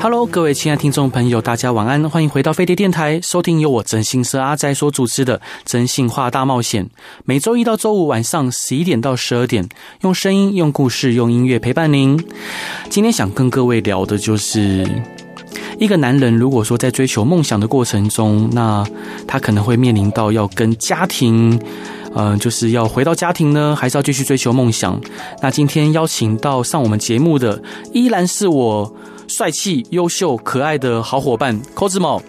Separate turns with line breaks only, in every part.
Hello，各位亲爱听众朋友，大家晚安，欢迎回到飞碟电台，收听由我真心社阿斋所主持的《真心话大冒险》，每周一到周五晚上十一点到十二点，用声音、用故事、用音乐陪伴您。今天想跟各位聊的就是。一个男人如果说在追求梦想的过程中，那他可能会面临到要跟家庭，嗯、就是要回到家庭呢，还是要继续追求梦想？那今天邀请到上我们节目的，依然是我帅气、优秀、可爱的好伙伴 Cosmo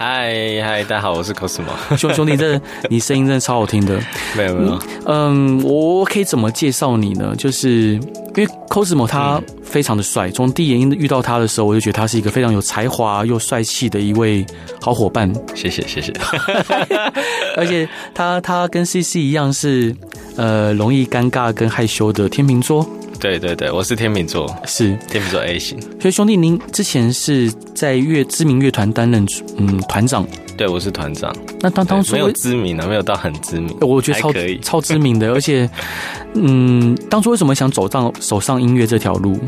嗨嗨，大家好，我 是 Cosmo。
兄兄弟这，你声音真的超好听的。
没有没有，
嗯，我可以怎么介绍你呢？就是因为 Cosmo 他非常的帅，从第一眼遇到他的时候，我就觉得他是一个非常有才华又帅气的一位好伙 伴，
谢谢谢谢。
而且他他跟 CC 一样是呃容易尴尬跟害羞的天秤座，
对对对，我是天秤座，
是。
天秤座 A 型。
所以兄弟，您之前是在乐知名乐团担任嗯团长，
对，我是团长。
那当哦当
对
初
没有知名啊，没有到很知名。
我觉得超
还可以
超知名的，而且，嗯，当初为什么想走上走上音乐这条路？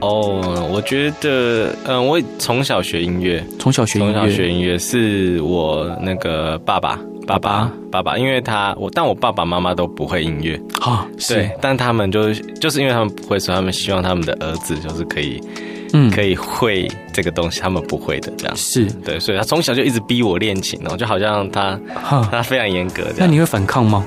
哦，我觉得，嗯，我从小学音乐，
从小学音
从小
乐，
学音乐是我那个爸爸。爸爸，爸爸，因为他我，但我爸爸妈妈都不会音乐，
啊，
对
是，，
但他们就就是因为他们不会，所以他们希望他们的儿子就是可以
嗯，
可以会这个东西，他们不会的这样，
是
对，所以他从小就一直逼我练琴哦，就好像他
哈。
他非常严格这
那
样。
你会反抗吗？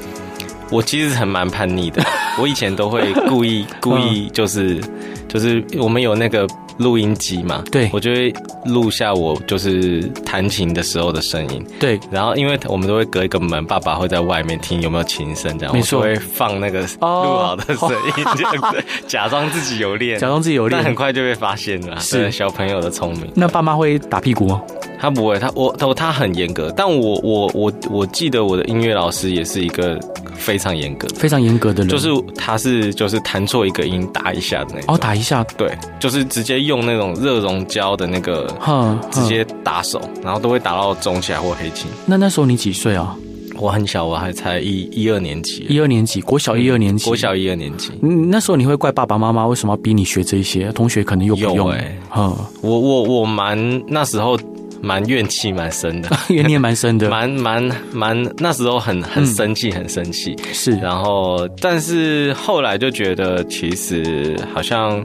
我其实很蛮叛逆的，我以前都会 故意
嗯
故意就是就是我们有那个录音机嘛，
对
我就会录下我就是弹琴的时候的声音，
对，
然后因为我们都会隔一个门，爸爸会在外面听有没有琴声这样，
没错
我就会放那个录
哦
好的声 音，这样子假装自己有练
假。装自己有
但很
练。
快就被发现了，啊
是
对小朋友的聪明。
那爸妈会打屁股吗？
他不会，他我他他很严格，但我我我我记得我的音乐老师也是一个非常严格的，
非常严格的人，
就是他是就是弹错一个音打一下的那种，
哦，打一下，
对，就是直接用那种热熔胶的那个
哈，哈
直。接打手，然后都会打到中下或黑琴。
那那时候你几岁啊？
我很小，我还才一一二年级，
一二年级，国小一二年级，
国。小一二年级。
嗯，那时候你会怪爸爸妈妈为什么要逼你学这些？同学可能又不
有
用，
欸
哈，
我我我蛮那时候蛮怨气蛮 深的，
因为你也蛮深的，
蛮蛮蛮那时候很
嗯
很生气，很生气。
是，
然后，但是后来就觉得，其实好像，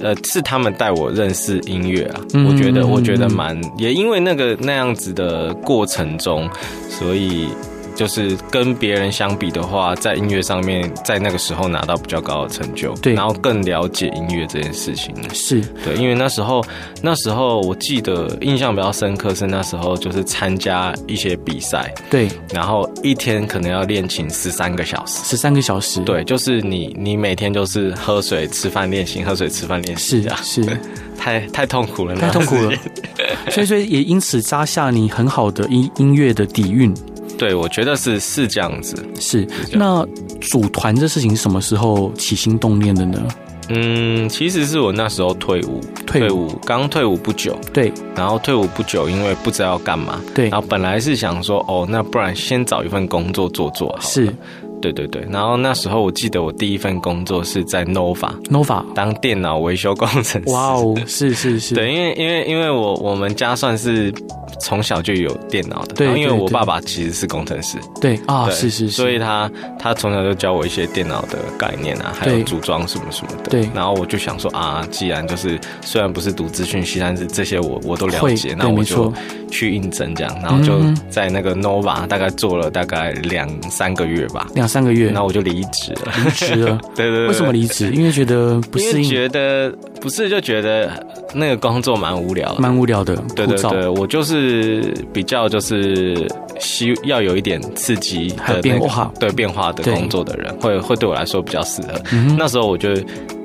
呃，是他们带我认识音乐啊。
嗯
我觉得，我觉得
嗯
蛮，也因为那个那样子的过程中，所以就是跟别人相比的话，在音乐上面，在那个时候拿到比较高的成就，
对
然后更了解音乐这件事情。
是，
对，因为那时候，那时候我记得印象比较深刻是那时候就是参加一些比赛，
对，
然后一天可能要练琴十三个小时。
十三个小时，，
对，就是你，你每天就是喝水、吃饭、练习，喝水、吃饭、练习
是
这样，
是，
太太痛苦了，
太痛苦
那
了
段时间。
所以，所以也因此扎下你很好的音音乐的底蕴。
对，我觉得是是这样子。
是，
这样
那组团这事情是什么时候起心动念的呢？
嗯，其实是我那时候退伍，
退伍，
伍刚退伍不久，
对
然后退伍不久，因为不知道要干嘛，
对
然，后本来是想说，哦，那不然先找一份工作做做好了。
是，
对对对。然后那时候我记得我第一份工作是在 Nova
Nova，
当电脑维修工程师。
哇哦，是是是，
对，因为因为因为我我们家算是从小就有电脑的，
对
然后因为
对
我
对
爸爸其实是工程师，
对啊，
对
是是是，
所以他他从小就教我一些电脑的概念啊，还有
对
组装什么什么的。
对
然后我就想说啊，既然就是虽然不是读资讯系，但是这些我我都了
会
解，那
对
我
没
就
错，
去应征这样，然后就
嗯
在那个 Nova 大概做了大概两三个月吧，
两三个月
然后我就离职了。
离职了，
对 对对，
为什么离职？因为觉得不
因
适
为
应，
觉得不是就觉得那个工作蛮无聊的，
蛮无聊的，枯
对对
燥，
对，我就是比较就是希要有一点刺激的、那
还有
个
变化
对变化的
对
工作的人，会会对我来说比较适合。
嗯哼，
那时候我就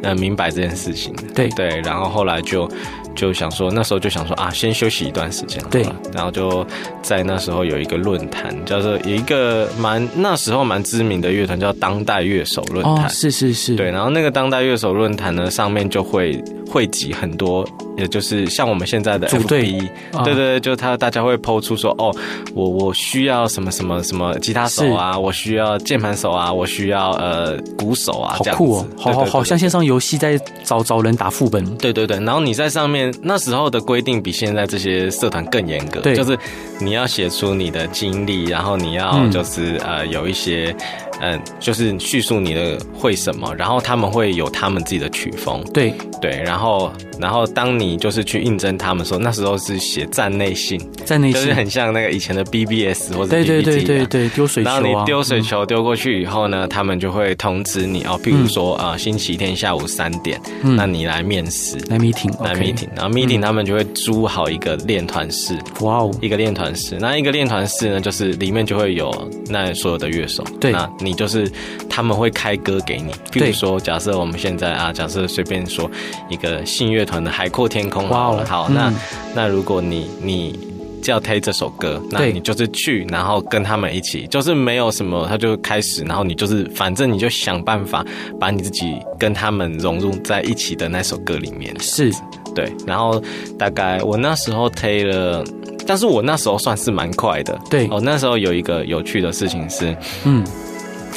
呃明白这件事情，
对
对，然后后来就就想说那时候就想说啊，先休息一段时间好了，
对
然后就在那时候有一个论坛，叫做有一个蛮那时候蛮知名的乐团叫当代乐手论
哦
坛，，
是是是，
对，然后那个当代乐手论坛呢，上面就会汇集很多，也就是像我们现在的
组
FB，
队啊
对对对，就他大家会抛出说，哦，我我需要什么什么什么吉他手啊，我需要键盘手啊，我需要呃鼓手啊，
好
这样
酷哦
子，
好好好像。
对对对对
线上游戏在找找人打副本，
对对对，然后你在上面那时候的规定比现在这些社团更严格，
对
就是你要写出你的经历，然后你要
嗯
就是、呃有一些嗯、就是叙述你的会什么，然后他们会有他们自己的曲风，
对，
对，然后然后当你就是去应征他们的时候，那时候是写站内信，
在那
就是
些，
很像那个以前的 BBS 或者
对对
PPT
对
一样
对对，丢水球
然后
啊，
你啊丢水
嗯
球丢过去以后呢，他们就会通知你哦，譬如说啊、呃星期天下午三点，
嗯
那你来面试，
来 meeting，
来 meeting，然后 meeting 他们就会租好一个练团室，
哇哦，
一个练团室，那一个练团室呢，就是里面就会有那所有的乐手，
对
那你就是他们会开歌给你，比
对
如说假设我们现在啊，假设随便说一个信乐团的《海阔天空》好
哇哦
了，好，
嗯
那那如果你你。叫推这首歌，那
对
你就是去，然后跟他们一起，就是没有什么，他就开始，然后你就是，反正你就想办法把你自己跟他们融入在一起的那首歌里面。
是
对，然后大概我那时候推了，但是我那时候算是蛮快的。
对
哦，那时候有一个有趣的事情是，
嗯，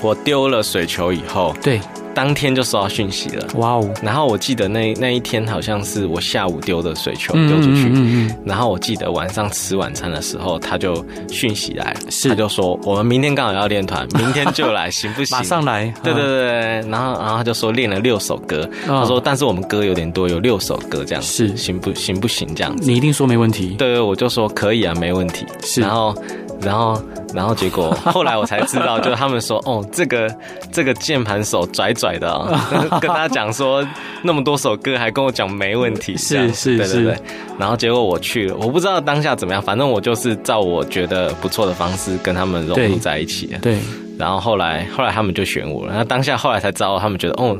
我丢了水球以后，
对，
当天就收到讯息了。
哇哦，
然后我记得那那一天好像是我下午丢的水球丢出去，
嗯嗯，
然后我记得晚上吃晚餐的时候，他就讯息来了，
是
他就说我们明天刚好要 练团，明天就来，行不行？
马上来，
对对
嗯，
对，然后然后他就说练了六首歌，
嗯
他说但是我们歌有点多，有六首歌这样，
是
行不行不行这样子？
你一定说没问题，
对，我就说可以啊，没问题。
是
然后然后然后结果 后来我才知道，就他们说哦，这个这个键盘手拽拽 的、哦，跟他讲说那么多首歌，还跟我讲没问题，
是
这样
是
对对对
是。
然后结果我去了，我不知道当下怎么样，反正我就是照我觉得不错的方式跟他们融
对
入在一起啊了。
对，
然后后来后来他们就选我了，那当下后来才知道，他们觉得 哦，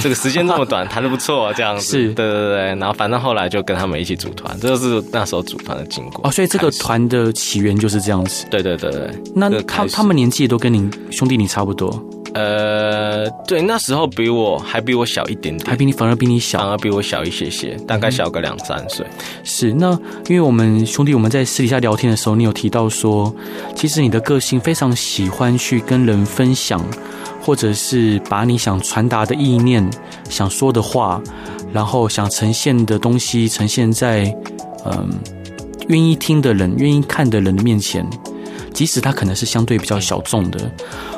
这个时间这么短，弹的不错、哦这样子，
是
对对对，然后反正后来就跟他们一起组团，这就是那时候组团的经过。
哦，所以这个
开始，
团的起源就是这样子。
对对对对，
那
这个
他
开始
他们年纪也都跟你兄弟你差不多，
呃，对，那时候比我还比我小一点点，
还比你反而比你小
反。而比我小一些些，大概小个两三岁。
是，那因为我们兄弟我们在私底下聊天的时候，你有提到说，其实你的个性非常喜欢去跟人分享，或者是把你想传达的意念、想说的话，然后想呈现的东西呈现在嗯愿意听的人、愿意看的人的面前，即使他可能是相对比较小众的。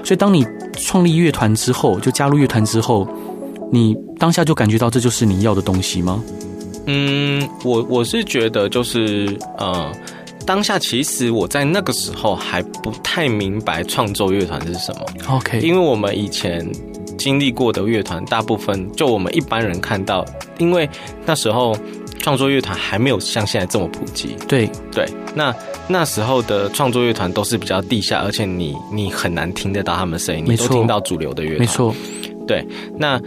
所以，当你创立乐团之后，就加入乐团之后。你当下就感觉到这就是你要的东西吗？
嗯，我我是觉得就是呃，当下其实我在那个时候还不太明白创作乐团是什么。
？OK，
因为我们以前经历过的乐团，大部分就我们一般人看到，因为那时候创作乐团还没有像现在这么普及。
对，
对，那那时候的创作乐团都是比较地下，而且你你很难听得到他们的声音，
没
你
错
都听到主流的乐团。
没错，。
那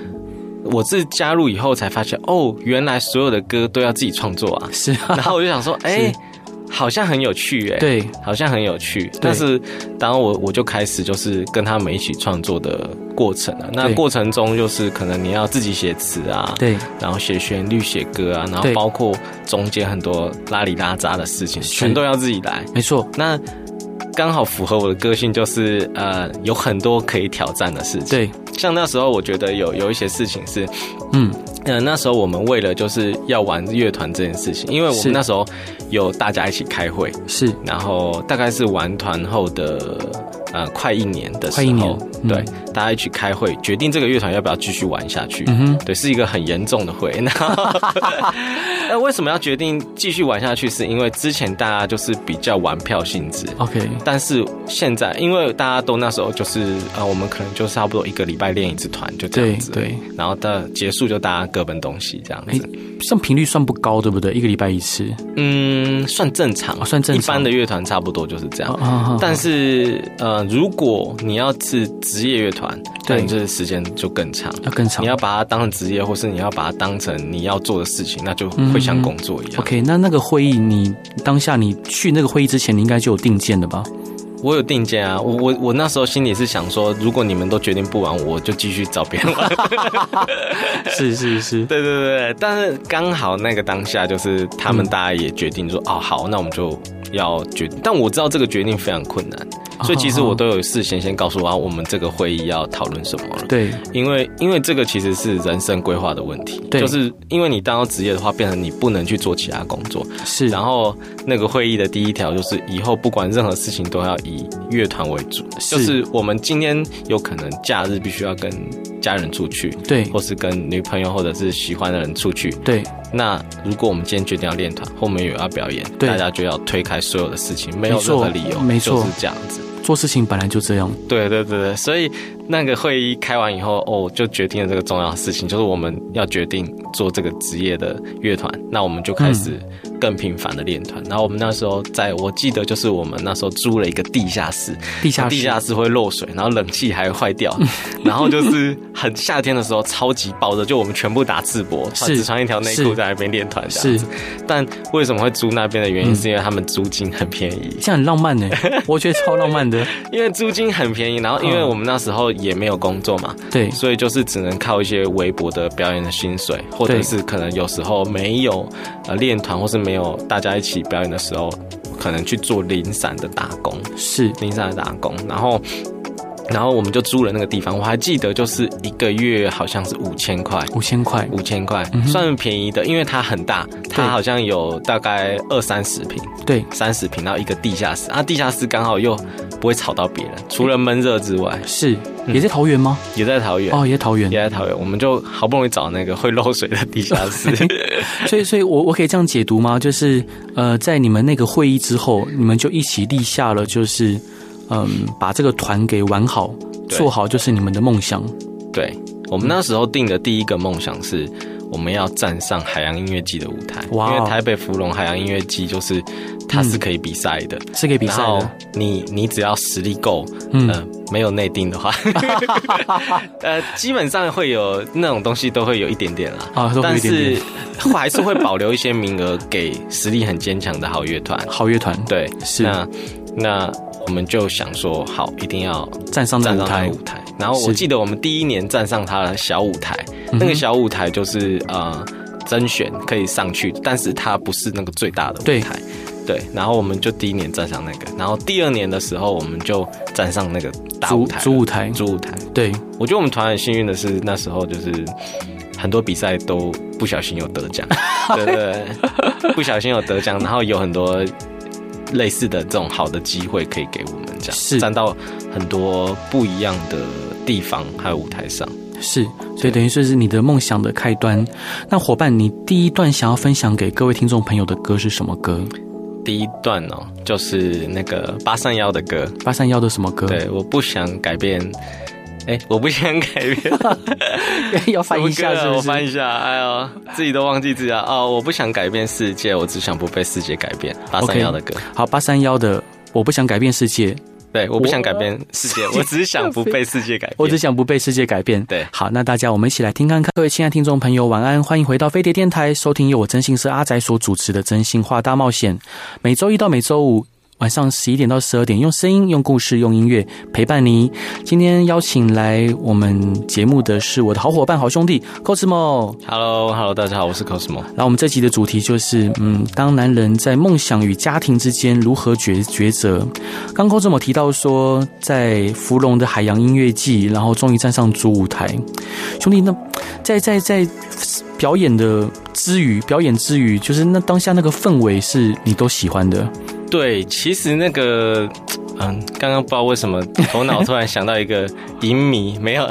我自加入以后才发现，哦，原来所有的歌都要自己创作 啊
是啊，
然后我就想说，哎、好像很有趣哎、
对，
好像很有趣，但是当然我我就开始就是跟他们一起创作的过程啊。那
对
过程中就是可能你要自己写词啊，
对，
然后写旋律、写歌啊，然后
对
包括中间很多拉里拉杂的事情，
是
全都要自己来。
没错，
那刚好符合我的个性，就是呃有很多可以挑战的事情。
对，
像那时候我觉得有有一些事情是，
嗯，
呃，那时候我们为了就是要玩乐团这件事情，因为我
是
们那时候有大家一起开会。
是
然后大概是玩团后的呃快一年的时候，
快一年嗯
对，大家一起开会决定这个乐团要不要继续玩下去。
嗯哼
对，是一个很严重 的会。 然后那为什么要决定继续玩下去？是因为之前大家就是比较玩票性质。
OK，
但是现在，因为大家都那时候就是呃，我们可能就差不多一个礼拜练一次团，就这
对
样子。
对，
然后到结束就大家各奔东西这样
哎
子。
像频率算不高，对不对？一个礼拜一次，
嗯，算正常，
哦算正常
一般的乐
哦嗯
团差不多就是这样。
啊啊啊
但是呃，如果你要是职业乐团，那
对
你这时间就更长。
要更长
你。要把它当成职业，或是你要把它当成你要做的事情，那就会像工作一样。
OK，那那个会议你当下你去那个会议之前，你应该就有定见的 吧？
我有定见啊，我我我那时候心里是想说，如果你们都决定不玩，我就继续找别人 玩。
是是是，
对对对，对但是刚好那个当下就是他们大家也决定说，哦好，那我们就要决定。但我知道这个决定非常困难，所以
嗯
其实我都有事先先告诉啊，我们这个会议要讨论什么了。
对
因为因为这个其实是人生规划的问题，
对
就是因为你当到职业的话，变成你不能去做其他工作。
是，
然后那个会议的第一条就是以后不管任何事情都要以乐团为主，
是
就是我们今天有可能假日必须要跟家人出去，
对
或是跟女朋友或者是喜欢的人出去。
对
那如果我们今天决定要练团，后面有要表演，
对
大家就要推开所有的事情，没有
没错
任何理由，
没错
就是这样子。
做事情本来就这样，
对对对对，所以那个会议开完以后，哦，就决定了这个重要的事情，就是我们要决定做这个职业的乐团，那我们就开始
嗯
更频繁的练团。然后我们那时候在，我记得就是我们那时候租了一个地下室，
地下
哦地
室
下室会漏水，然后冷气还 坏掉，然后就是很夏天的时候超级暴热，就我们全部打赤膊，穿
是
只穿一条内
是
裤在那边练团这样子。但为什么会租那边的原因，是因为他们租金很便宜。
这样很浪漫 呢，我觉得超浪漫的。
因为租金很便宜，然后因为
嗯
我们那时候也没有工作嘛，
对
所以就是只能靠一些微薄的表演的薪水，或者
对
是可能有时候没有呃练团，或是没有大家一起表演的时候，可能去做零散的打工，
是
零散的打工，然后。然后我们就租了那个地方，我还记得就是一个月好像是五千块，
五千块，
五千块算便宜的，因为它很大，它好像有大概二三十平，
对
三十平，然后一个地下室啊，地下室刚好又不会吵到别人，除了闷热之外，
是
嗯
也在桃园吗？
也在桃园，
哦，也在桃园
也。在桃园，我们就好不容易找那个会漏水的地下 室。
所以，所以我我可以这样解读吗？就是呃，在你们那个会议之后，你们就一起立下了，就是嗯，把这个团给玩好，
对
做好，就是你们的梦想。
对我们那时候定的第一个梦想是，我们要站上海洋音乐季的舞台，因
哇哦
为台北芙蓉海洋音乐季就是它是可以比赛的。
是嗯可以比
然
赛
后
的，
你你只要实力够，嗯、没有内定的话， 呃，基本上会有那种东西都会有一点点啦，
啊都会有
呃但
一点点
是还是会保留一些名额给实力很坚强的好乐团。
好乐团
对，
是
那那我们就想说，好，一定要
站上那
站
舞
上他的
台
舞，台。然后我
是嗯
记得我们第一年站上他的小舞台，那个小舞台就是呃甄选可以上去，但是它不是那个最大的
对
舞台。对，然后我们就第一年站上那个，然后第二年的时候我们就站上那个大舞
主
台了，
主舞台，
主舞台。
对，
我觉得我们团很幸运的是，那时候就是很多比赛都不小心有得 奖，对对对，不小心有得奖，然后有很多类似的这种好的机会可以给我们这样，
是
站到很多不一样的地方还有舞台上。
是，所以等于说是你的梦想的开端。那伙伴，你第一段想要分享给各位听众朋友的歌是什么歌？
第一段哦，就是那个八三幺的歌，
八三幺的什么歌？
对，我不想改变，哎、我不想改变，
要 翻译一下
什
是
么歌啊
不
我翻
是？
译一下，哎呦，自己都忘记自己了哦，我不想改变世界，我只想不被世界改变。八三
OK
幺的歌。
好，八三幺的，我不想改变世界，
对，我不想改变世界，我只是想不被世界改变。
我只想不被世界改变。
对
好，那大家我们一起来听看看。各位亲爱的听众朋友，晚安，欢迎回到飞碟电台，收听由我真心是阿仔所主持的《真心话大冒险》，每周一到每周五。晚上十一点到十二点，用声音、用故事、用音乐陪伴你。今天邀请来我们节目的是我的好伙伴、好兄弟 Cosmo。
Hello，Hello，大家好，我是 Cosmo。
然后我们这集的主题就是，嗯，当男人在梦想与家庭之间如何抉抉择。刚刚这么提到说，在芙蓉的海洋音乐季，然后终于站上主舞台，兄弟，那在在在表演的之余，表演之余，就是那当下那个氛围是你都喜欢的，
对，其实那个，嗯，刚刚不知道为什么头脑突然想到一个影迷， 没有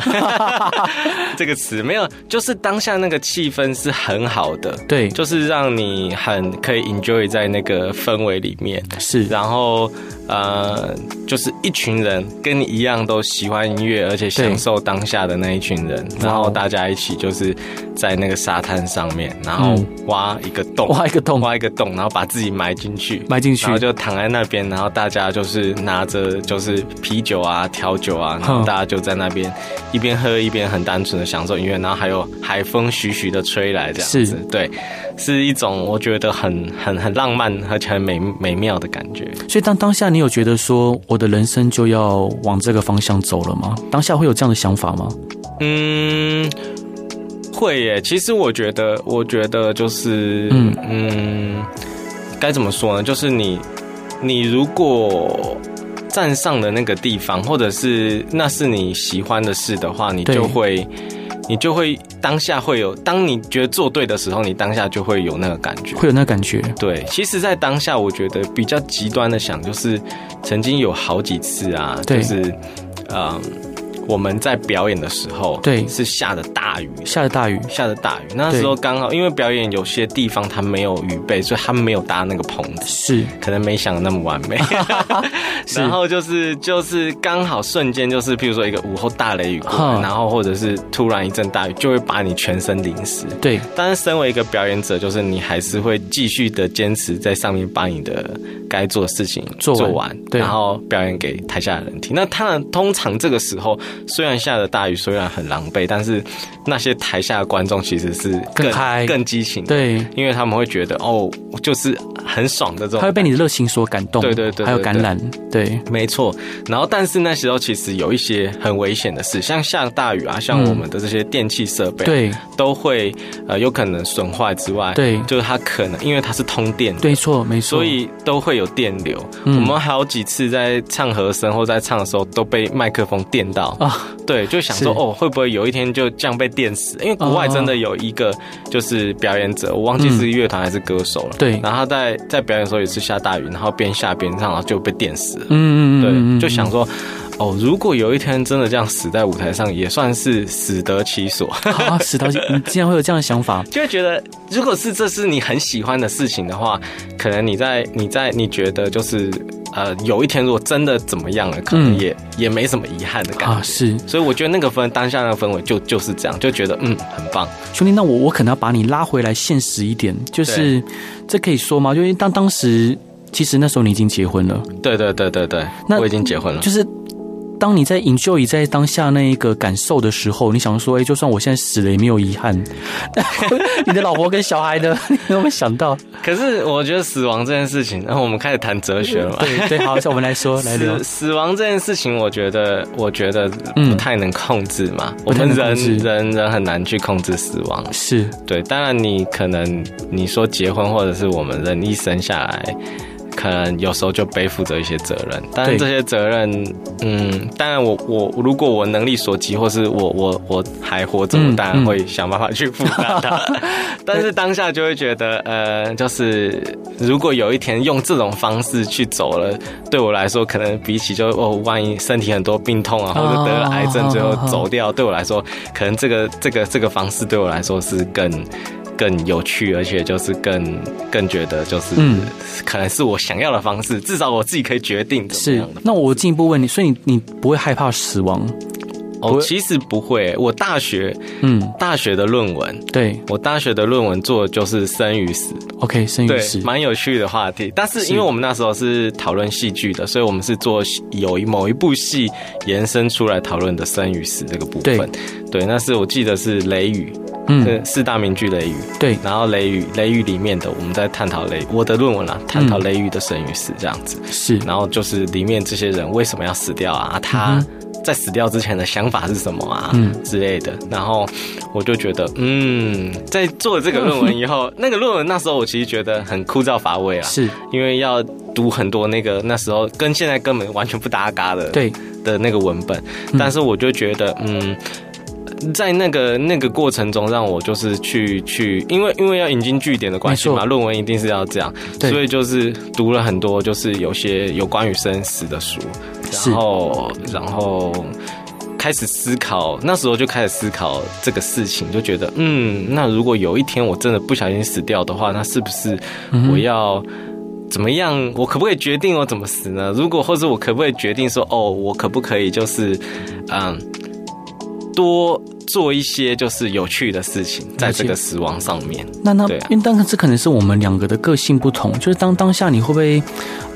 这个词，没有，就是当下那个气氛是很好的，
对，
就是让你很可以 enjoy 在那个氛围里面。
是
然后呃，就是一群人跟你一样都喜欢音乐，而且享受当下的那一群人，然后大家一起就是在那个沙滩上面，然后
嗯
挖一个洞，
挖一个洞
挖一个洞，然后把自己埋进去。
埋进去
然后，就躺在那边，然后大家就是拿拿着就是啤酒啊、调酒啊，然后
哼
大家就在那边一边喝一边很单纯的享受音乐，然后还有海风徐徐的吹来这样
是
子，对，是一种我觉得很很很浪漫而且很美美妙的感觉。
所以当当下你有觉得说我的人生就要往这个方向走了吗？当下会有这样的想法吗？
嗯，会耶。其实我觉得，我觉得就是，
嗯
嗯该怎么说呢？就是你，你如果站上的那个地方，或者是那是你喜欢的事的话，你
对
就会。你就会当下会有，当你觉得做对的时候，你当下就会有那个感觉。
会有那感觉？
对，其实，在当下，我觉得比较极端的想，就是曾经有好几次啊，
对
就是，嗯、我们在表演的时候，
对
是下的大雨，
下了大雨，
下的大雨。那时候刚好，因为表演有些地方它没有预备，所以它没有搭那个棚子，
是
可能没想的那么完美。
是
然后就是就是刚好瞬间就是，譬如说一个午后大雷雨过来，
哼
然后或者是突然一阵大雨，就会把你全身淋湿。
对，
但是身为一个表演者，就是你还是会继续的坚持在上面把你的该做的事情
做完对
然后表演给台下的人听。那当然，通常这个时候虽然下的大雨，虽然很狼狈，但是那些台下的观众其实是
更嗨
更激情的，
对，
因为他们会觉得哦，就是很爽的这种
他会。被你的热情所感动，
对对对对
还有感染，对，
没错，然后但是那时候其实有一些很危险的事，像下大雨啊，像
嗯
我们的这些电器设备啊、
对，
都会呃有可能损坏之外，
对
就是它可能因为它是通电的，
对，错，没错，
所以都会有电流。
嗯
我们好几次在唱和声或在唱的时候都被麦克风电到，
啊，
对，就想说
是
哦会不会有一天就这样被电死？因为国外
哦
真的有一个就是表演者，我忘记是乐团还是歌手了，
对
然后他在在表演的时候也是下大雨，然后边下边唱，然后就被电死了。
嗯嗯嗯，
对，
嗯
就想说，哦，如果有一天真的这样死在舞台上，也算是死得其所。
啊，史 导，你竟然会有这样的想法，
就会觉得，如果是这是你很喜欢的事情的话，可能你在你在你觉得就是呃，有一天如果真的怎么样了，可能
嗯
也、也没什么遗憾的感觉。
啊，是
所以我觉得那个氛当下那个氛围就就是这样，就觉得嗯很棒。
兄弟，那我我可能要把你拉回来现实一点，就是这可以说吗？就因为当当时其实那时候你已经结婚了，
对对对对对，
那
我已经结婚了。
就是当你在 enjoy 在当下那一个感受的时候，你想说，哎、就算我现在死了也没有遗 憾。 你的老婆跟小孩呢？你有没有想到？
可是我觉得死亡这件事情，然、后我们开始谈哲学了嘛。
对 对，好，像我们来说来聊
死，死亡这件事情，我觉得，我觉得
嗯
不太能控制嘛。我
不太能
们
控
人
制
人人很难去控制死亡，
是
对，当然你可能你说结婚，或者是我们人一生下来，可能有时候就背负着一些责任。当然
对
这些责任，嗯，当然我我如果我能力所及，或是我我我还活着，
嗯
我当然会想办法去负担它。但是当下就会觉得，呃，就是如果有一天用这种方式去走了，对我来说，可能比起就哦，万一身体很多病痛啊，或者得了癌症，最后走掉，对我来说，可能这个这个这个方式对我来说是更更有趣，而且就是更更觉得就是、
嗯
可能是我想要的方式，至少我自己可以决定怎么
是
样的。。
那我进一步问你，所以你你不会害怕死亡？不
哦，
会
其实不会，我大学
嗯，
大学的论文。
对
我大学的论文做的就是生与死，
，OK，生与
对，
死，
蛮有趣的话题。但是
是
因为我们那时候是讨论戏剧的，所以我们是做有一某一部戏延伸出来讨论的生与死这个部分。对，那是我记得是《雷雨》
嗯，
是四大名剧《雷雨》，
对，
然后《雷雨》《雷雨》里面的我们在探讨雷我的论文啦、探讨《雷雨》的生与死这样子。
是
然后就是里面这些人为什么要死掉啊？他在死掉之前的想法是什么啊？
嗯
之类的。然后我就觉得，嗯，在做了这个论文以后，那个论文那时候我其实觉得很枯燥乏味啊，
是，
因为要读很多那个那时候跟现在根本完全不搭嘎的
对，
的那个文本，
嗯
但是我就觉得，嗯。在那个那个过程中，让我就是去去，因为因为要引经据典的关系
没
嘛，
错
论文一定是要这样，
对
所以就是读了很多就是有些有关于生死的书，
是
然后然后开始思考，那时候就开始思考这个事情，就觉得嗯，那如果有一天我真的不小心死掉的话，那是不是
嗯
我要？怎么样？我可不可以决定我怎么死呢？如果或者我可不可以决定说，哦，我可不可以就是，嗯，多做一些就是有趣的事情，在这个死亡上面。
那那
对啊
因为当然这可能是我们两个的个性不同，就是当当下你会不会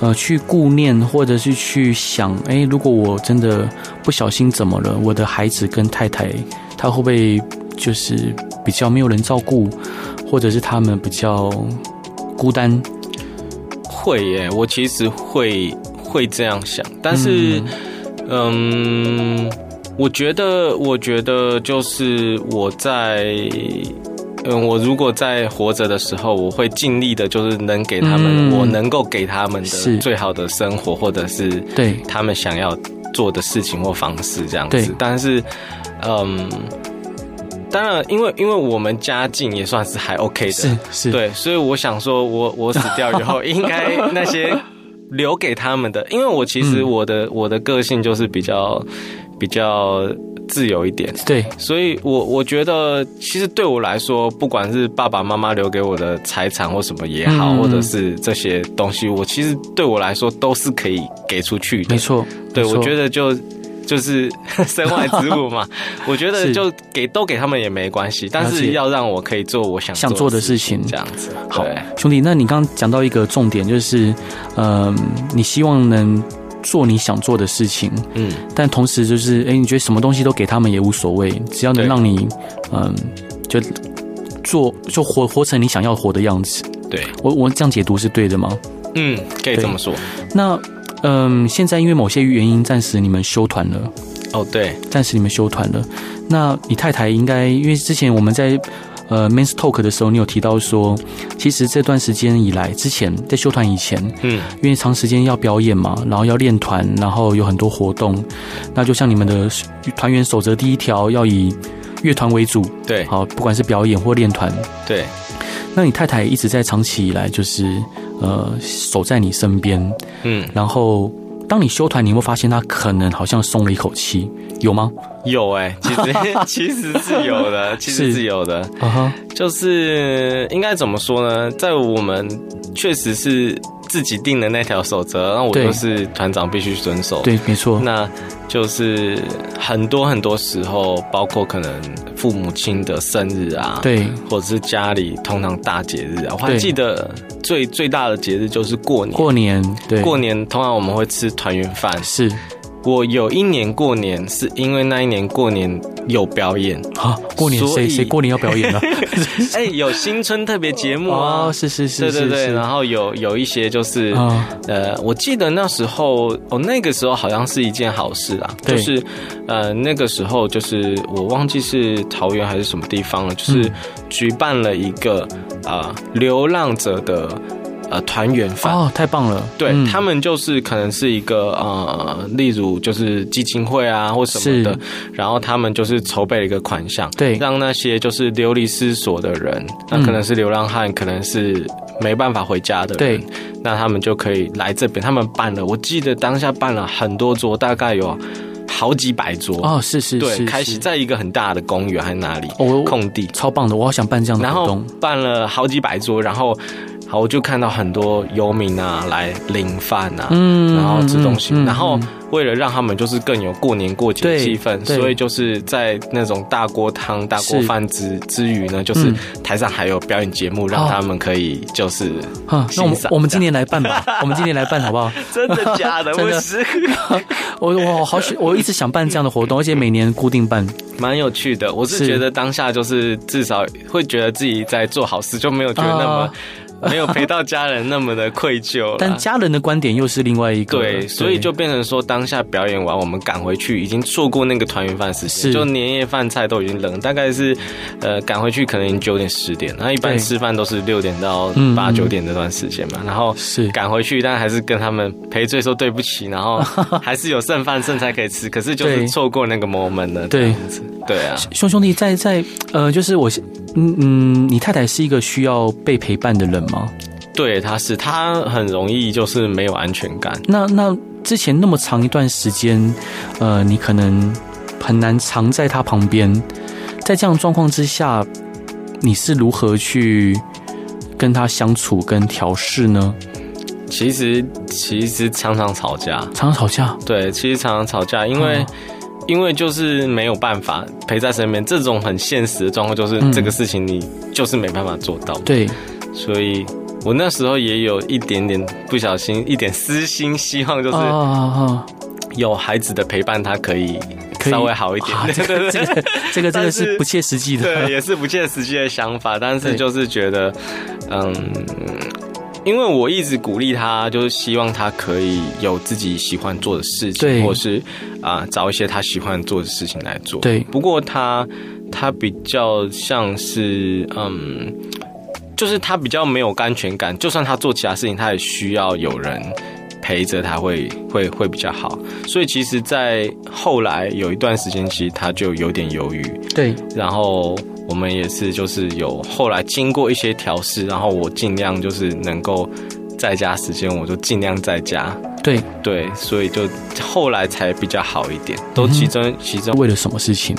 呃去顾念，或者是去想，哎，如果我真的不小心怎么了，我的孩子跟太太，他会不会就是比较没有人照顾，或者是他们比较孤单？
会耶，我其实会会这样想，但是，
嗯
嗯我觉得，我觉得就是我在，嗯，我如果在活着的时候，我会尽力的，就是能给他们，
嗯
我能够给他们
是
的最好的生活，或者是
对，
他们想要做的事情或方式这样
对
子。但是，嗯，当然，因为因为我们家境也算是还 OK 的，
是是，
对，所以我想说我，我死掉以 后，应该那些留给他们的，因为我其实
嗯
我的、我的个性就是比较比较自由一点，
对，
所以我我觉得其实对我来说，不管是爸爸妈妈留给我的财产或什么也好，
嗯
或者是这些东西，我其实对我来说都是可以给出去的
没。错，
对，
没
我
错
觉得就。就是 身外之物 嘛，我觉得
是
就给都给他们也没关系，但
了解
是要让我可以做我想
想
做
做
的
的事
情
情，
这样子。
好
对，
兄弟，那你刚刚讲到一个重点，就是，嗯、你希望能做你想做的事情，
嗯，
但同时就是，哎、你觉得什么东西都给他们也无所谓，只要能
对
让你，嗯、就做就活活成你想要活的样子。
对，
我我这样解读是对的吗？
嗯，可以这么说。
那，嗯、现在因为某些原因，暂时你们休团了，
哦，对，
暂时你们休团了。那你太太应该，因为之前我们在呃 men's talk 的时候，你有提到说，其实这段时间以来，之前在休团以前，
嗯，
因为长时间要表演嘛，然后要练团，然后有很多活动，那就像你们的团员守则第一条，要以乐团为主，
对，
好，不管是表演或练团。
对，
那你太太一直在长期以来就是呃守在你身边，
嗯，
然后当你休团，你会发现她可能好像松了一口气，有吗？
有哎、 其实其实是有的，其实
是
是有的，
啊哈，
就是应该怎么说呢？在我们确实是自己定的那条守则，那我
对
就是团长必须遵守。
对，没错，
那就是很多很多时候，包括可能父母亲的生日啊，，
对，
或者是家里通常大节日啊，我还
对
记得最最大的节日就是过年。
过年，对，
过年通常我们会吃团圆饭，
是
我有一年过年是因为那一年过年有表 演，
啊，过年
所
谁
以
谁过年要表演 了？
哎、有新春特别节目啊
哦，，是是是
对
是
对对，
是
然后有有一些就是、
啊，
呃，我记得那时候哦，那个时候好像是一件好事啊，
对
就是呃那个时候就是我忘记是桃园还是什么地方了，就是
嗯
举办了一个啊、呃流浪者的呃团圆饭。
哦，太棒了，
对、
嗯
他们就是可能是一个呃，例如就是基金会啊或什么的
是，
然后他们就是筹备了一个款项，
对
让那些就是流离失所的人，那
嗯
可能是流浪汉，可能是没办法回家的人，
对，
那他们就可以来这边。他们办了，我记得当下办了很多桌，大概有好几百桌，
哦，是是是，
对，
是
开始在一个很大的公园还是哪里、
哦我
空地，
超棒的，我好想办这样的
然
活
后
动。
办了好几百桌，然后好我就看到很多游民啊来领饭啊，
嗯
然后吃东西，
嗯嗯
然后
嗯
为了让他们就是更有过年过节的
对
气氛，
对
所以就是在那种大锅汤、大锅
是
饭之之余呢，就是
嗯哦
台上还有表演节目，让他们可以就是
啊，那我
欣
们
赏
我们今年来办吧， 我们今年来办好不好？
真的假的
真的
是
我我好喜，我一直想办这样的活动，而且每年固定办。
蛮有趣的。我
是
是觉得当下就是至少会觉得自己在做好事，就没有觉得那么
啊。
没有陪到家人那么的愧疚啦，
但家人的观点又是另外一个，
对，所以就变成说，当下表演完，我们赶回去，已经错过那个团圆饭时
是
间，就年夜饭菜都已经冷，大概是，呃，赶回去可能已经九点十点，那一般
对
吃饭都是六点到
嗯
八
嗯
九点这段时间嘛，然后
是
赶回去，但还是跟他们赔罪说对不起，然后还是有剩饭剩菜可以吃，可是就
对
是错过那个 moment 了，
对
这样子，对啊，
兄兄弟在在呃，就是我嗯嗯，你太太是一个需要被陪伴的人吗？
对，他是他很容易就是没有安全感，
那那之前那么长一段时间，呃，你可能很难常在他旁边，在这样的状况之下，你是如何去跟他相处跟调试呢？
其实其实常常吵架，
常常吵架，
对，其实常常吵架，因为、
哦
因为就是没有办法陪在身边，这种很现实的状况就是、
嗯
这个事情你就是没办法做到，
对，
所以我那时候也有一点点不小心，一点私心，希望就是
哦哦，
有孩子的陪伴，他可以
可以
稍微好一点
啊，
对
这
对
个这个
对。
这个这
但
个
是
是不切实际
对，
的，
也是不切实际的想法，但是
对
就是觉得，嗯，因为我一直鼓励他，就是希望他可以有自己喜欢做的事
对
情，或是啊、找一些他喜欢做的事情来做。
对
不过他他比较像是嗯。就是他比较没有安全感，就算他做其他事情，他也需要有人陪着他会，会会比较好。所以其实，在后来有一段时间，其实他就有点犹豫，
对，
然后我们也是就是有后来经过一些调试，然后我尽量就是能够在家时间，我就尽量在家，
对，
对，所以就后来才比较好一点。都其中、其中，
为了什么事情？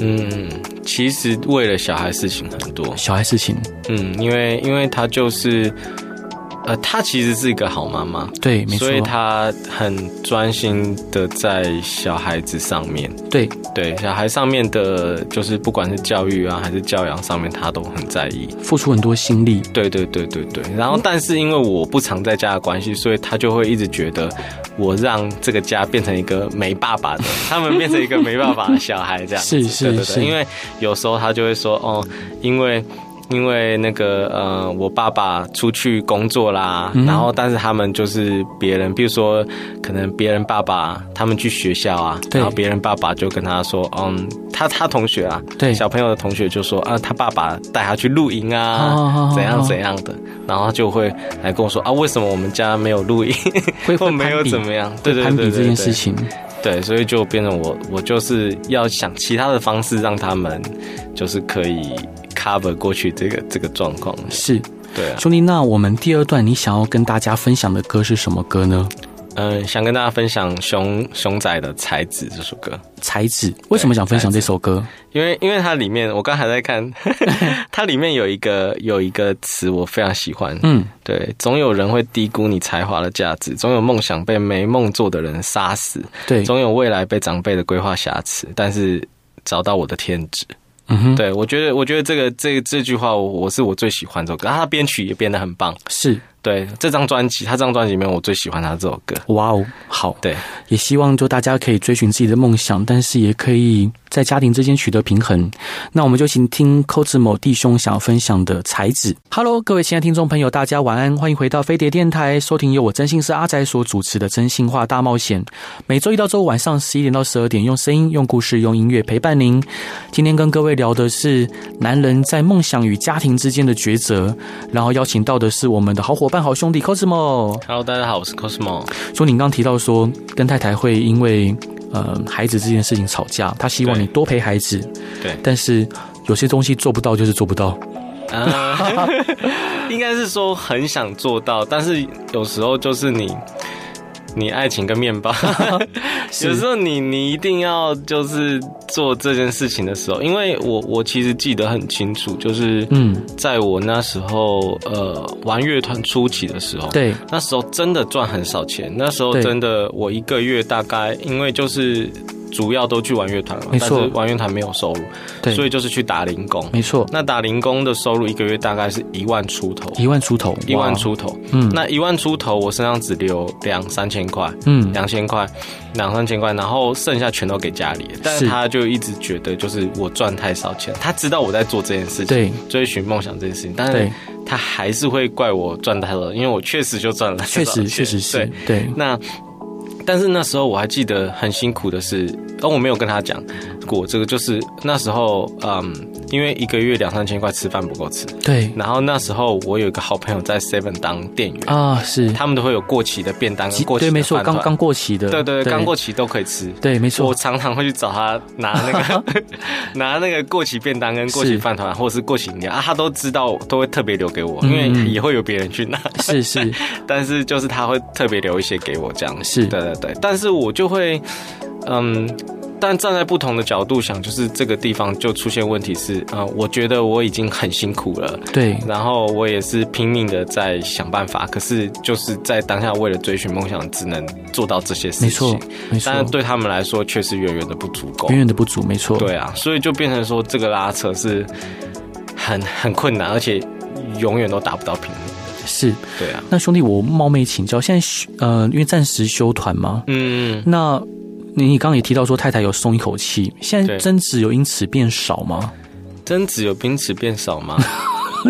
嗯，其实为了小孩事情很多，
小孩事情，
嗯，因为因为他就是，呃，他其实是一个好妈妈。
对，没错
所，以他很专心的在小孩子上面，
对，
对小孩上面的，就是不管是教育啊还是教养上面，他都很在意。
付出很多心力，
对对对对对。然后，但是因为我不常在家的关系，所以他就会一直觉得我让这个家变成一个没爸爸的， 他们变成一个没爸爸的小孩这样子。
是是
对对对
是
因为有时候他就会说哦，因为。因为那个呃，我爸爸出去工作啦，
嗯
然后但是他们就是别人，比如说可能别人爸爸他们去学校啊，
对
然后别人爸爸就跟他说，嗯，他他同学啊，
对，
小朋友的同学就说啊，他爸爸带他去露营
哦哦
啊
哦，
怎样怎样的，然后他就会来跟我说啊，为什么我们家没有露营，
会
或
会
没有
攀比
怎么样？对对
攀比
对
这
对
件事
对，
情，
对，所以就变成我我就是要想其他的方式让他们就是可以 cover 过去这个这个状况。
是
对啊，
兄弟。那我们第二段你想要跟大家分享的歌是什么歌呢？
嗯，想跟大家分享熊熊仔的《才子》这首歌。
才子，为什么想分享这首歌？
因为因为它里面，我刚才在看， 它里面有一个有一个词我非常喜欢，
嗯，
对，总有人会低估你才华的价值，总有梦想被没梦做的人杀死，
对，
总有未来被长辈的规划瑕疵，但是找到我的天职。
嗯哼，
对我觉得，我觉得这个这这句话我，我是我最喜欢这首歌，然后他编曲也编得很棒。
是，
对，这张专辑，他这张专辑里面我最喜欢他这首歌。
哇哦，好，
对，
也希望就大家可以追寻自己的梦想，但是也可以在家庭之间取得平衡。那我们就请听 c o z m o 弟兄想要分享的才子。Hello，各位亲爱的听众朋友，大家晚安，欢迎回到飞碟电台，收听由我真心是阿宅所主持的《真心话大冒险》，每周一到周五晚上十一点到十二点，用声音、用故事、用音乐陪伴您。今天跟各位聊的是男人在梦想与家庭之间的抉择，然后邀请到的是我们的好伙伴、好兄弟 c o z m o
Hello，大家好，我是 Cosmo。
说你刚刚提到说跟太太会因为呃孩子这件事情吵架，她希望
对
你多陪孩子，
对
但是有些东西做不到就是做不到，
啊， 应该是说很想做到，但是有时候就是你，你爱情跟面包， 有时候你你一定要就是做这件事情的时候，因为我我其实记得很清楚，就是
嗯，
在我那时候呃玩乐团初期的时候，
对，
那时候真的赚很少钱，那时候
对
真的我一个月大概因为就是主要都去玩乐团嘛，
没
但
错
是玩乐团没有收入，
对，
所以就是去打零工。
没错，
那打零工的收入一个月大概是一万出头，
一万出头，
一万
哇，
出头。
嗯，
那一万出头，我身上只留两三千块，
嗯，
两千块，两三千块，然后剩下全都给家里。但是
是
他就一直觉得就是我赚太少钱，他知道我在做这件事情，
对
追寻梦想这件事情，但是
对，
他还是会怪我赚太少，因为我确实就赚了太
确
少钱，
实确实是
对。
对，
那但是那时候我还记得很辛苦的是，哦，我没有跟他讲过这个，就是那时候，嗯，因为一个月两三千块吃饭不够吃，
对
然后那时候我有一个好朋友在 Seven 当店员，
啊，是，
他们都会有过期的便当跟
几
过期
对，
的
没错，
饭团
刚刚过期的，
对对对，刚过，期都可以吃。
对，没
我
错，
常常会去找他拿那 个 拿那个过期便当跟过期
是
饭团，或者是过期饮料啊，他都知道，都会特别留给我，
嗯
因为也会有别人去拿，
是 是
但是就是他会特别留一些给我这样子。
是
对对对，但是我就会，嗯，但站在不同的角度想，就是这个地方就出现问题是，啊、我觉得我已经很辛苦了，
对，
然后我也是拼命的在想办法，可是就是在当下为了追寻梦想，只能做到这些事情。
没错，没错
但，是对他们来说，确实远远的不足够。
远远的不足，没错，
对啊，所以就变成说这个拉扯是很很困难，而且永远都达不到平衡。
是。
对啊，
那兄弟，我冒昧请教，现在休呃，因为暂时休团嘛，
嗯，
那你你刚刚也提到说太太有松一口气，现在
对
争执有因此变少吗？
争执有因此变 少吗？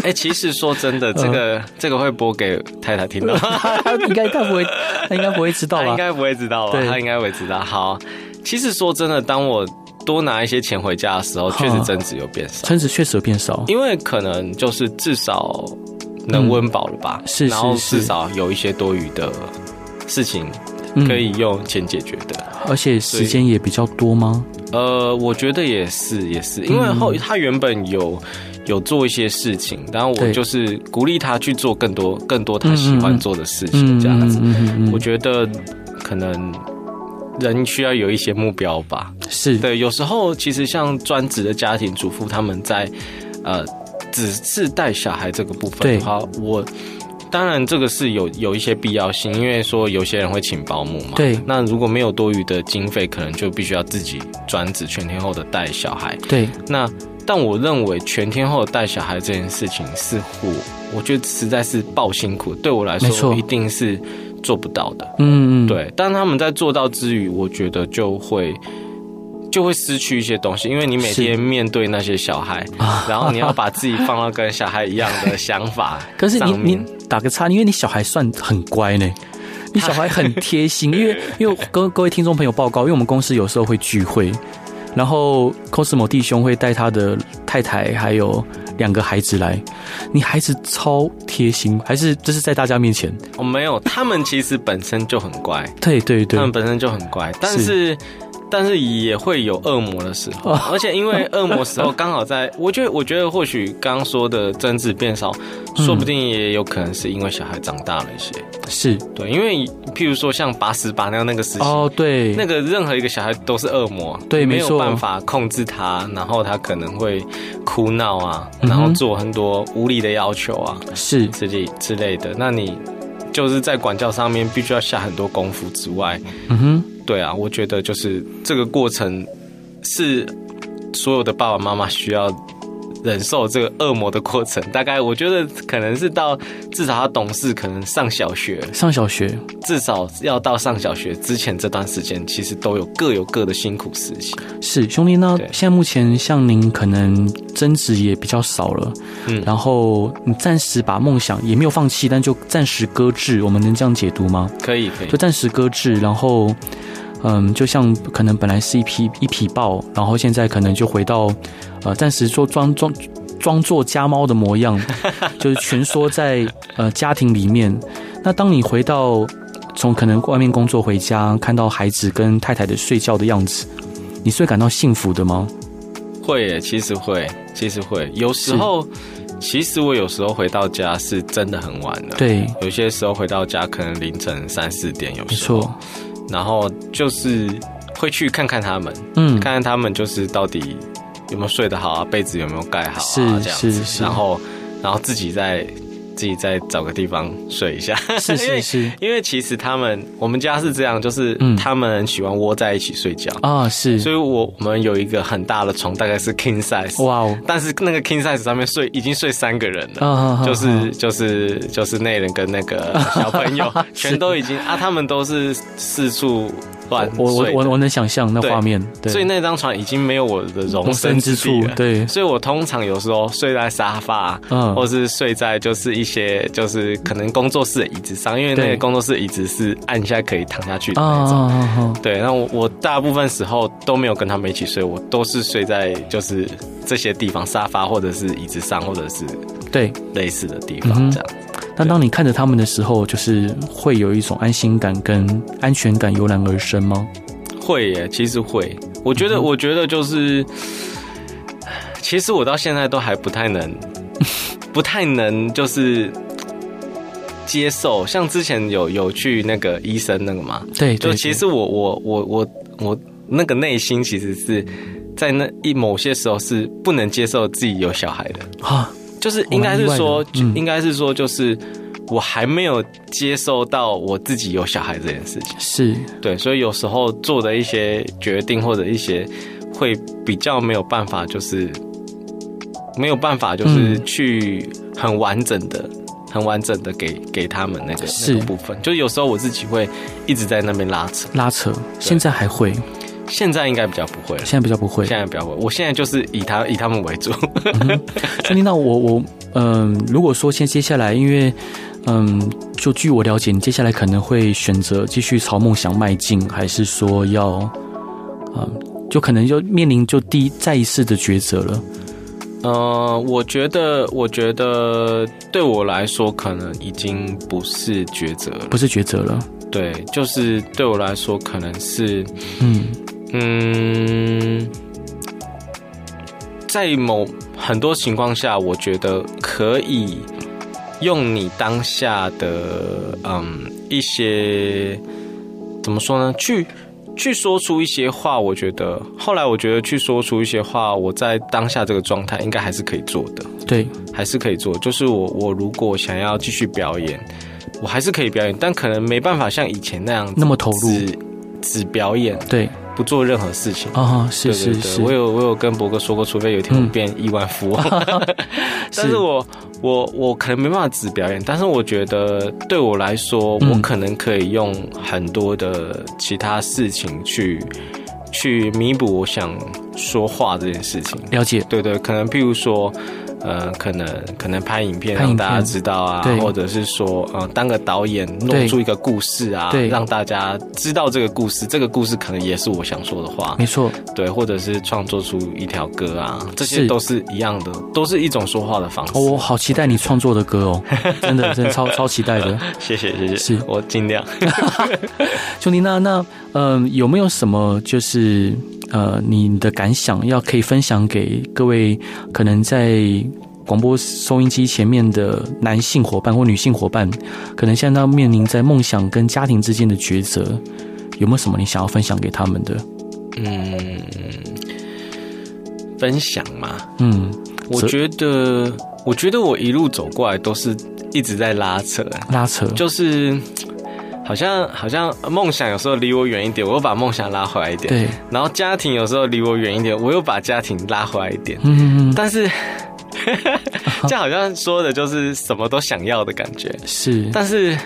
哎、其实说真的，这
嗯
个、这个会播给太太 听的吗，
他应该他不 会，他应该不会知道
她应
吧？
该不会知道吧？
对
她应该会知道。好，其实说真的，当我多拿一些钱回家的时候，确实
哼
争执有变少。
争执确实有变少，
因为可能就是至少能温饱了吧，
嗯是
然后
是是
至少有一些多余的事情可以用钱解决的。
嗯而且时间也比较多吗？
呃，我觉得也是，也是，
嗯
因为后他原本有。有做一些事情，然后我
对
就是鼓励他去做更多、更多他喜
嗯嗯
欢
嗯
做的事情，这样子。
嗯嗯嗯
我觉得可能人需要有一些目标吧。
是，
对，有时候其实像专职的家庭主妇，他们在呃只是带小孩这个部分
对
的话，我当然这个是有有一些必要性，因为说有些人会请保姆嘛。
对
那如果没有多余的经费，可能就必须要自己专职全天候的带小孩。
对，
那但我认为全天候地带小孩这件事情，似乎我觉得实在是爆辛苦，对我来
没错
说我一定是做不到的。
嗯嗯，，
对，但他们在做到之余，我觉得就会就会失去一些东西，因为你每
是
天面对那些小 孩，然后你要把自己放到跟小孩一样的想法
可是你
上面。
你打个叉，因为你小孩算很乖呢。你小孩很贴 心，因为因为各各位听众朋友报告，因为我们公司有时候会聚会，然后 Cosmo 弟兄会带他的太太还有两个孩子来，你孩子超贴心，还是这是在大家面前？
我、哦没有，他们其实本身就很乖，
对对
他
对，
们本身就很乖，但是。但是也会有恶魔的时
哦
候，而且因为恶魔时 候刚好在，我觉得我觉得或许刚刚说的争执变少，说
嗯
不定也有可能是因为小孩长大了一些，
是
对，因为譬如说像拔屎拔尿那个时期，
哦，对，
那个任何一个小孩都是恶魔，
对
没
没错
有办法控制他，然后他可能会哭闹啊，
嗯哼
然后做很多无理的要求啊
是
之类之类的。那你就是在管教上面必须要下很多功夫之外，
嗯哼，
对啊，我觉得就是这个过程是所有的爸爸妈妈需要。忍受这个恶魔的过程，大概我觉得可能是到至少他懂事，可能上小学，
上小学
至少要到上小学之前这段时间，其实都有各有各的辛苦事情。
是兄弟呢
对，
现在目前像您可能争执也比较少了，
嗯
然后你暂时把梦想也没有放弃，但就暂时搁置，我们能这样解读吗？
可以，可以
就，暂时搁置，然后，嗯，就像可能本来是一匹一匹豹，然后现在可能就回到，呃，暂时做装装装作家猫的模样，就是蜷缩在呃家庭里面。那当你回到从可能外面工作回家，看到孩子跟太太的睡觉的样子，你是会感到幸福的吗？
会耶，其实会，其实会。有时候，其实我有时候回到家是真的很晚了。，
对，
有些时候回到家可能凌晨三四点，有
没
时候，
错，
然后就是会去看看他们，
嗯，
看看他们就是到底有没有睡得好啊，被子有没有盖好啊，
是
这样
是
子
是
然后，然后自己再自己再找个地方睡一下。
是
因为
是是
因为其实他们，我们家是这样，就是
嗯
他们喜欢窝在一起睡觉，
啊，是，
所以我我们有一个很大的床，大概是 king size，
哇哦，
但是那个 king size 上面睡已经睡三个人了。
啊，
就是就是就是那人跟那个 小朋友全都已经啊，他们都是四处乱
我我
睡
我
的，
我能想象那
对
画面，对，
所以那张床已经没有我的容身之地了。
对，
所以我通常有时候睡在沙发，
嗯
或是睡在就是一些就是可能工作室的椅子上，因为那
对
个工作室椅子是按一下可以躺下去的
啊
那
啊
种。
啊啊！
对，那我我大部分时候都没有跟他们一起睡，我都是睡在就是这些地方，沙发或者是椅子上，或者是
对，
类似的地
嗯哼
方这样。
但当你看着他们的时候，就是会有一种安心感跟安全感油然而生吗？
会耶，其实会。我觉
嗯
得，我觉得就是，其实我到现在都还不 太能，不太能就是接受。像之前有有去那个医生那个嘛，
对，
就
对
其实我我我我我那个内心其实是在那一某些时候是不能接受自己有小孩的，
啊，
就是应该是说，
我蛮意外的嗯
应该是说，就是我还没有接受到我自己有小孩这件事情。
是
对，所以有时候做的一些决定或者一些会比较没有办法，就是没有办法，就是
嗯
去很完整的、很完整的给给他们那个
是
那个部分。就是有时候我自己会一直在那边拉扯，
拉扯，现在还会，
现在应该比较不会了。
现在比较不会。
现在比较不会，我现在就是以他以他们为主。
所以那我我嗯、如果说先接下来，因为嗯，就据我了解，你接下来可能会选择继续朝梦想迈进，还是说要嗯，就可能就面临就第一再一次的抉择了。
呃，我觉得，我觉得对我来说，可能已经不是抉择了。
不是抉择了，
对，就是对我来说，可能是
嗯，
嗯，在某很多情况下，我觉得可以用你当下的嗯一些怎么说呢？去去说出一些话，我觉得后来我觉得去说出一些话，我在当下这个状态应该还是可以做的。
对，
还是可以做。就是我我如果想要继续表演，我还是可以表演，但可能没办法像以前那样子
那么投入
只只表演
对
不做任何事情。
啊、是是
对对
是
对，我，有我有跟博哥说过，除非有一天我
嗯
变亿万富 翁，但是我我我可能没办法只表演，但是我觉得对我来说，
嗯
我可能可以用很多的其他事情去去弥补我想说话这件事情。
了解，
对对，可能譬如说，呃，可能可能拍影片
拍
让
影片
大家知道啊
对，
或者是说，呃，当个导演弄
对
出一个故事啊
对，
让大家知道这个故事，这个故事可能也是我想说的话，
没错，
对，或者是创作出一条歌啊，这些
是
都是一样的，都是一种说话的方式。
哦，我好期待你创作的歌 哦，真的，真的超超期待的，
谢谢谢谢，
是
我尽量。
兄弟，那那嗯、有没有什么就是呃你的感想要可以分享给各位可能在广播收音机前面的男性伙伴或女性伙伴，可能现在要面临在梦想跟家庭之间的抉择，有没有什么你想要分享给他们的？
嗯，分享嘛，
嗯，
我
所以
觉得，我觉得我一路走过来都是一直在拉扯、啊
拉扯，
就是嘖好像好像梦想有时候离我远一点，我又把梦想拉回来一点；
对，
然后家庭有时候离我远一点，我又把家庭拉回来一点。
嗯，
但是这样好像说的就是什么都想要的感觉，
是，
但是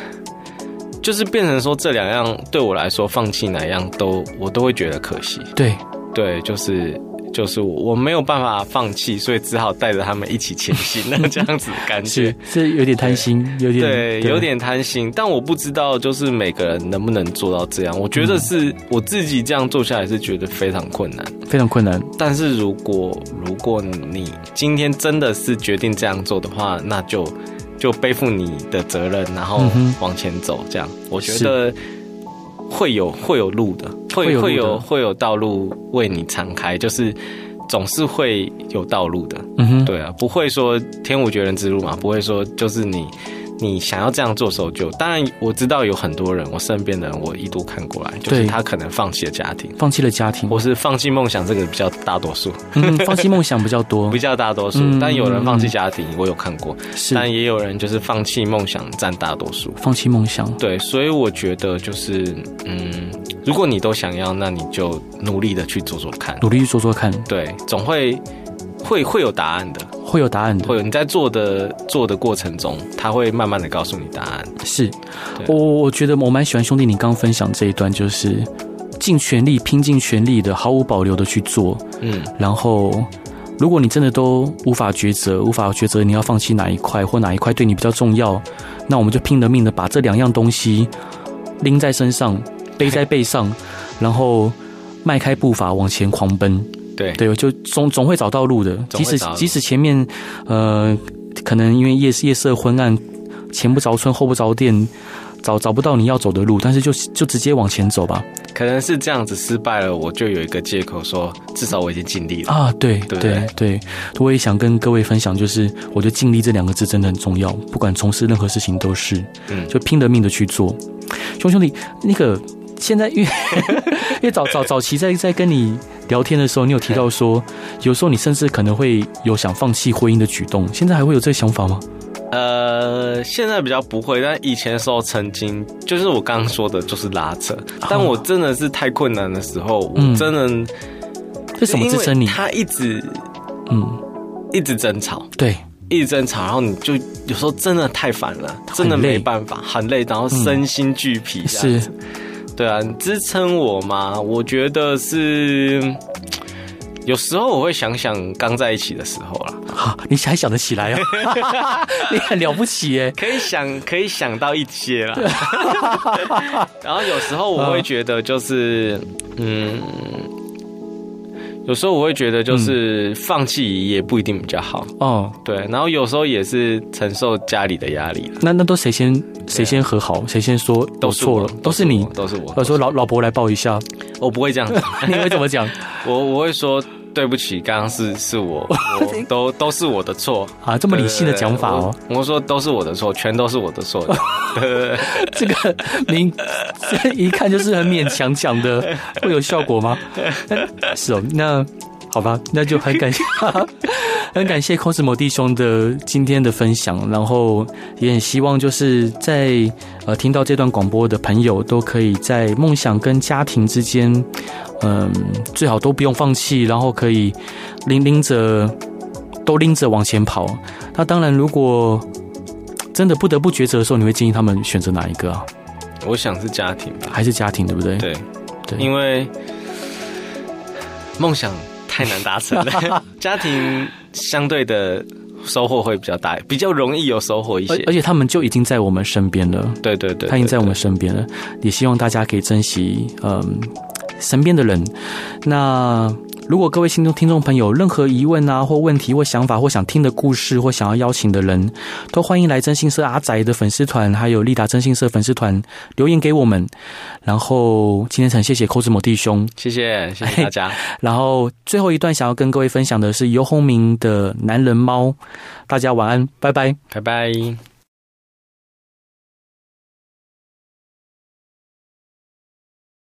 就是变成说这两样对我来说，放弃哪样都我都会觉得可惜。
对，
对，就是。就是我我没有办法放弃，所以只好带着他们一起前行， 那这样子的感觉
是是有点贪心，有点
对，有点贪心，但我不知道就是每个人能不能做到这样。我
嗯
觉得是、我自己这样做下来是觉得非常困难。
非常困难，
但是如果如果你今天真的是决定这样做的话，那就就背负你的责任，然后
嗯哼
往前走。这样，我觉得会有会有路的，
会有路
会
的
会有会有道路为你敞开，就是总是会有道路的。
嗯哼，
对啊，不会说天无绝人之路嘛，不会说就是你你想要这样做的时候就。当然，我知道有很多人，我身边的人，我一度看过来，就是
对
他可能放弃了家庭，
放弃了家庭，
或是放弃梦想，这个比较大多数，
嗯， 放弃梦想比较多
比，较大多数。
嗯
但有人放弃家庭，我有看过，
是
但也有人就是放弃梦想占大多数。
放弃梦想，
对，所以我觉得就是，嗯，如果你都想要，那你就努力的去做做看，
努力去做做看，
对，总会会会有答案的。
会有答案的。
会有你在做的做的过程中，他会慢慢的告诉你答案。
是，
对
我我我觉得我蛮喜欢兄弟你刚刚分享这一段，就是尽全力、拼尽全力的、毫无保留的去做。
嗯，
然后，如果你真的都无法抉择，无法抉择你要放弃哪一块或哪一块对你比较重要，那我们就拼了命的把这两样东西拎在身上，背在背上，然后迈开步伐往前狂奔。
对，
对，就总总会找到路的。即
总会
使
找到路
即使前面，呃，可能因为夜夜色昏暗，前不着村后不着店，找找不到你要走的路，但是就就直接往前走吧。
可能是这样子失败了，我就有一个借口说，至少我已经尽力了。
啊，对
对
对对，我也想跟各位分享，就是我觉得尽力这两个字真的很重要，不管从事任何事情都是，
嗯
就拼了命的去做。兄兄弟，那个现在 越越早早早期在在跟你聊天的时候，你有提到 说，有时候你甚至可能会有想放弃婚姻的举动，现在还会有这个想法吗？
呃，现在比较不会，但以前的时候曾经就是我刚刚说的，就是拉扯。但我真的是太困难的时候，
哦嗯
我真的
是什么支撑你
因为？他一直
嗯，
一直争吵，
对，
一直争吵，然后你就有时候真的太烦了，真的没办法，很累，然后身心俱疲、这样
嗯是
子，对啊，你支撑我嘛？我觉得是，有时候我会想想刚在一起的时候啦，
啊，你还想得起来啊？ 你很了不起耶！
可以想，可以想到一 些啦。然后有时候我会觉得就是，嗯，有时候我会觉得
嗯
就是放弃也不一定比较好，
哦，
对。然后有时候也是承受家里的压力啦，
那那都谁先谁先和好，谁先说
啊都
我
是
错
我
了，都是你
我。都是我。
我说老老婆来抱一 下，
我不会这样子，
你会怎么讲
我我会说对不起，刚刚是是 我，我都都是我的错。
啊？这
这
么理性的讲法哦，，
对对对我我说都是我的错，全都是我 的错。
这个您 这一看就是很勉强讲的，会有效果吗？是哦，那好吧，那就很感谢， 很感谢 Cosmo 弟兄的今天的分享，然后也很希望就是在呃听到这段广播的朋友，都可以在梦想跟家庭之间，嗯、最好都不用放弃，然后可以拎拎着都拎着往前跑。那当然，如果真的不得不抉择的时候，你会建议他们选择哪一个啊？
我想是家庭吧，
还是家庭，对不对？
对
对
因为梦想太难达成 了，家庭相对的收获会比较大，比较容易有收获一些
而。而且他们就已经在我们身边了，
对对对，
他已哎经在我
对
们身边了，也希望大家可以珍惜，嗯，身边的人。那如果各位听众听众朋友有任何疑问啊，或问题或想法，或想听的故事，或想要邀请的人，都欢迎来真心社阿宅的粉丝团，还有利达真心社粉丝团留言给我们。然后今天很谢谢 cosmo 弟兄，
谢谢谢谢大家，
然后最后一段想要跟各位分享的是游鸿明的《男人猫》，大家晚安，拜拜。
拜拜。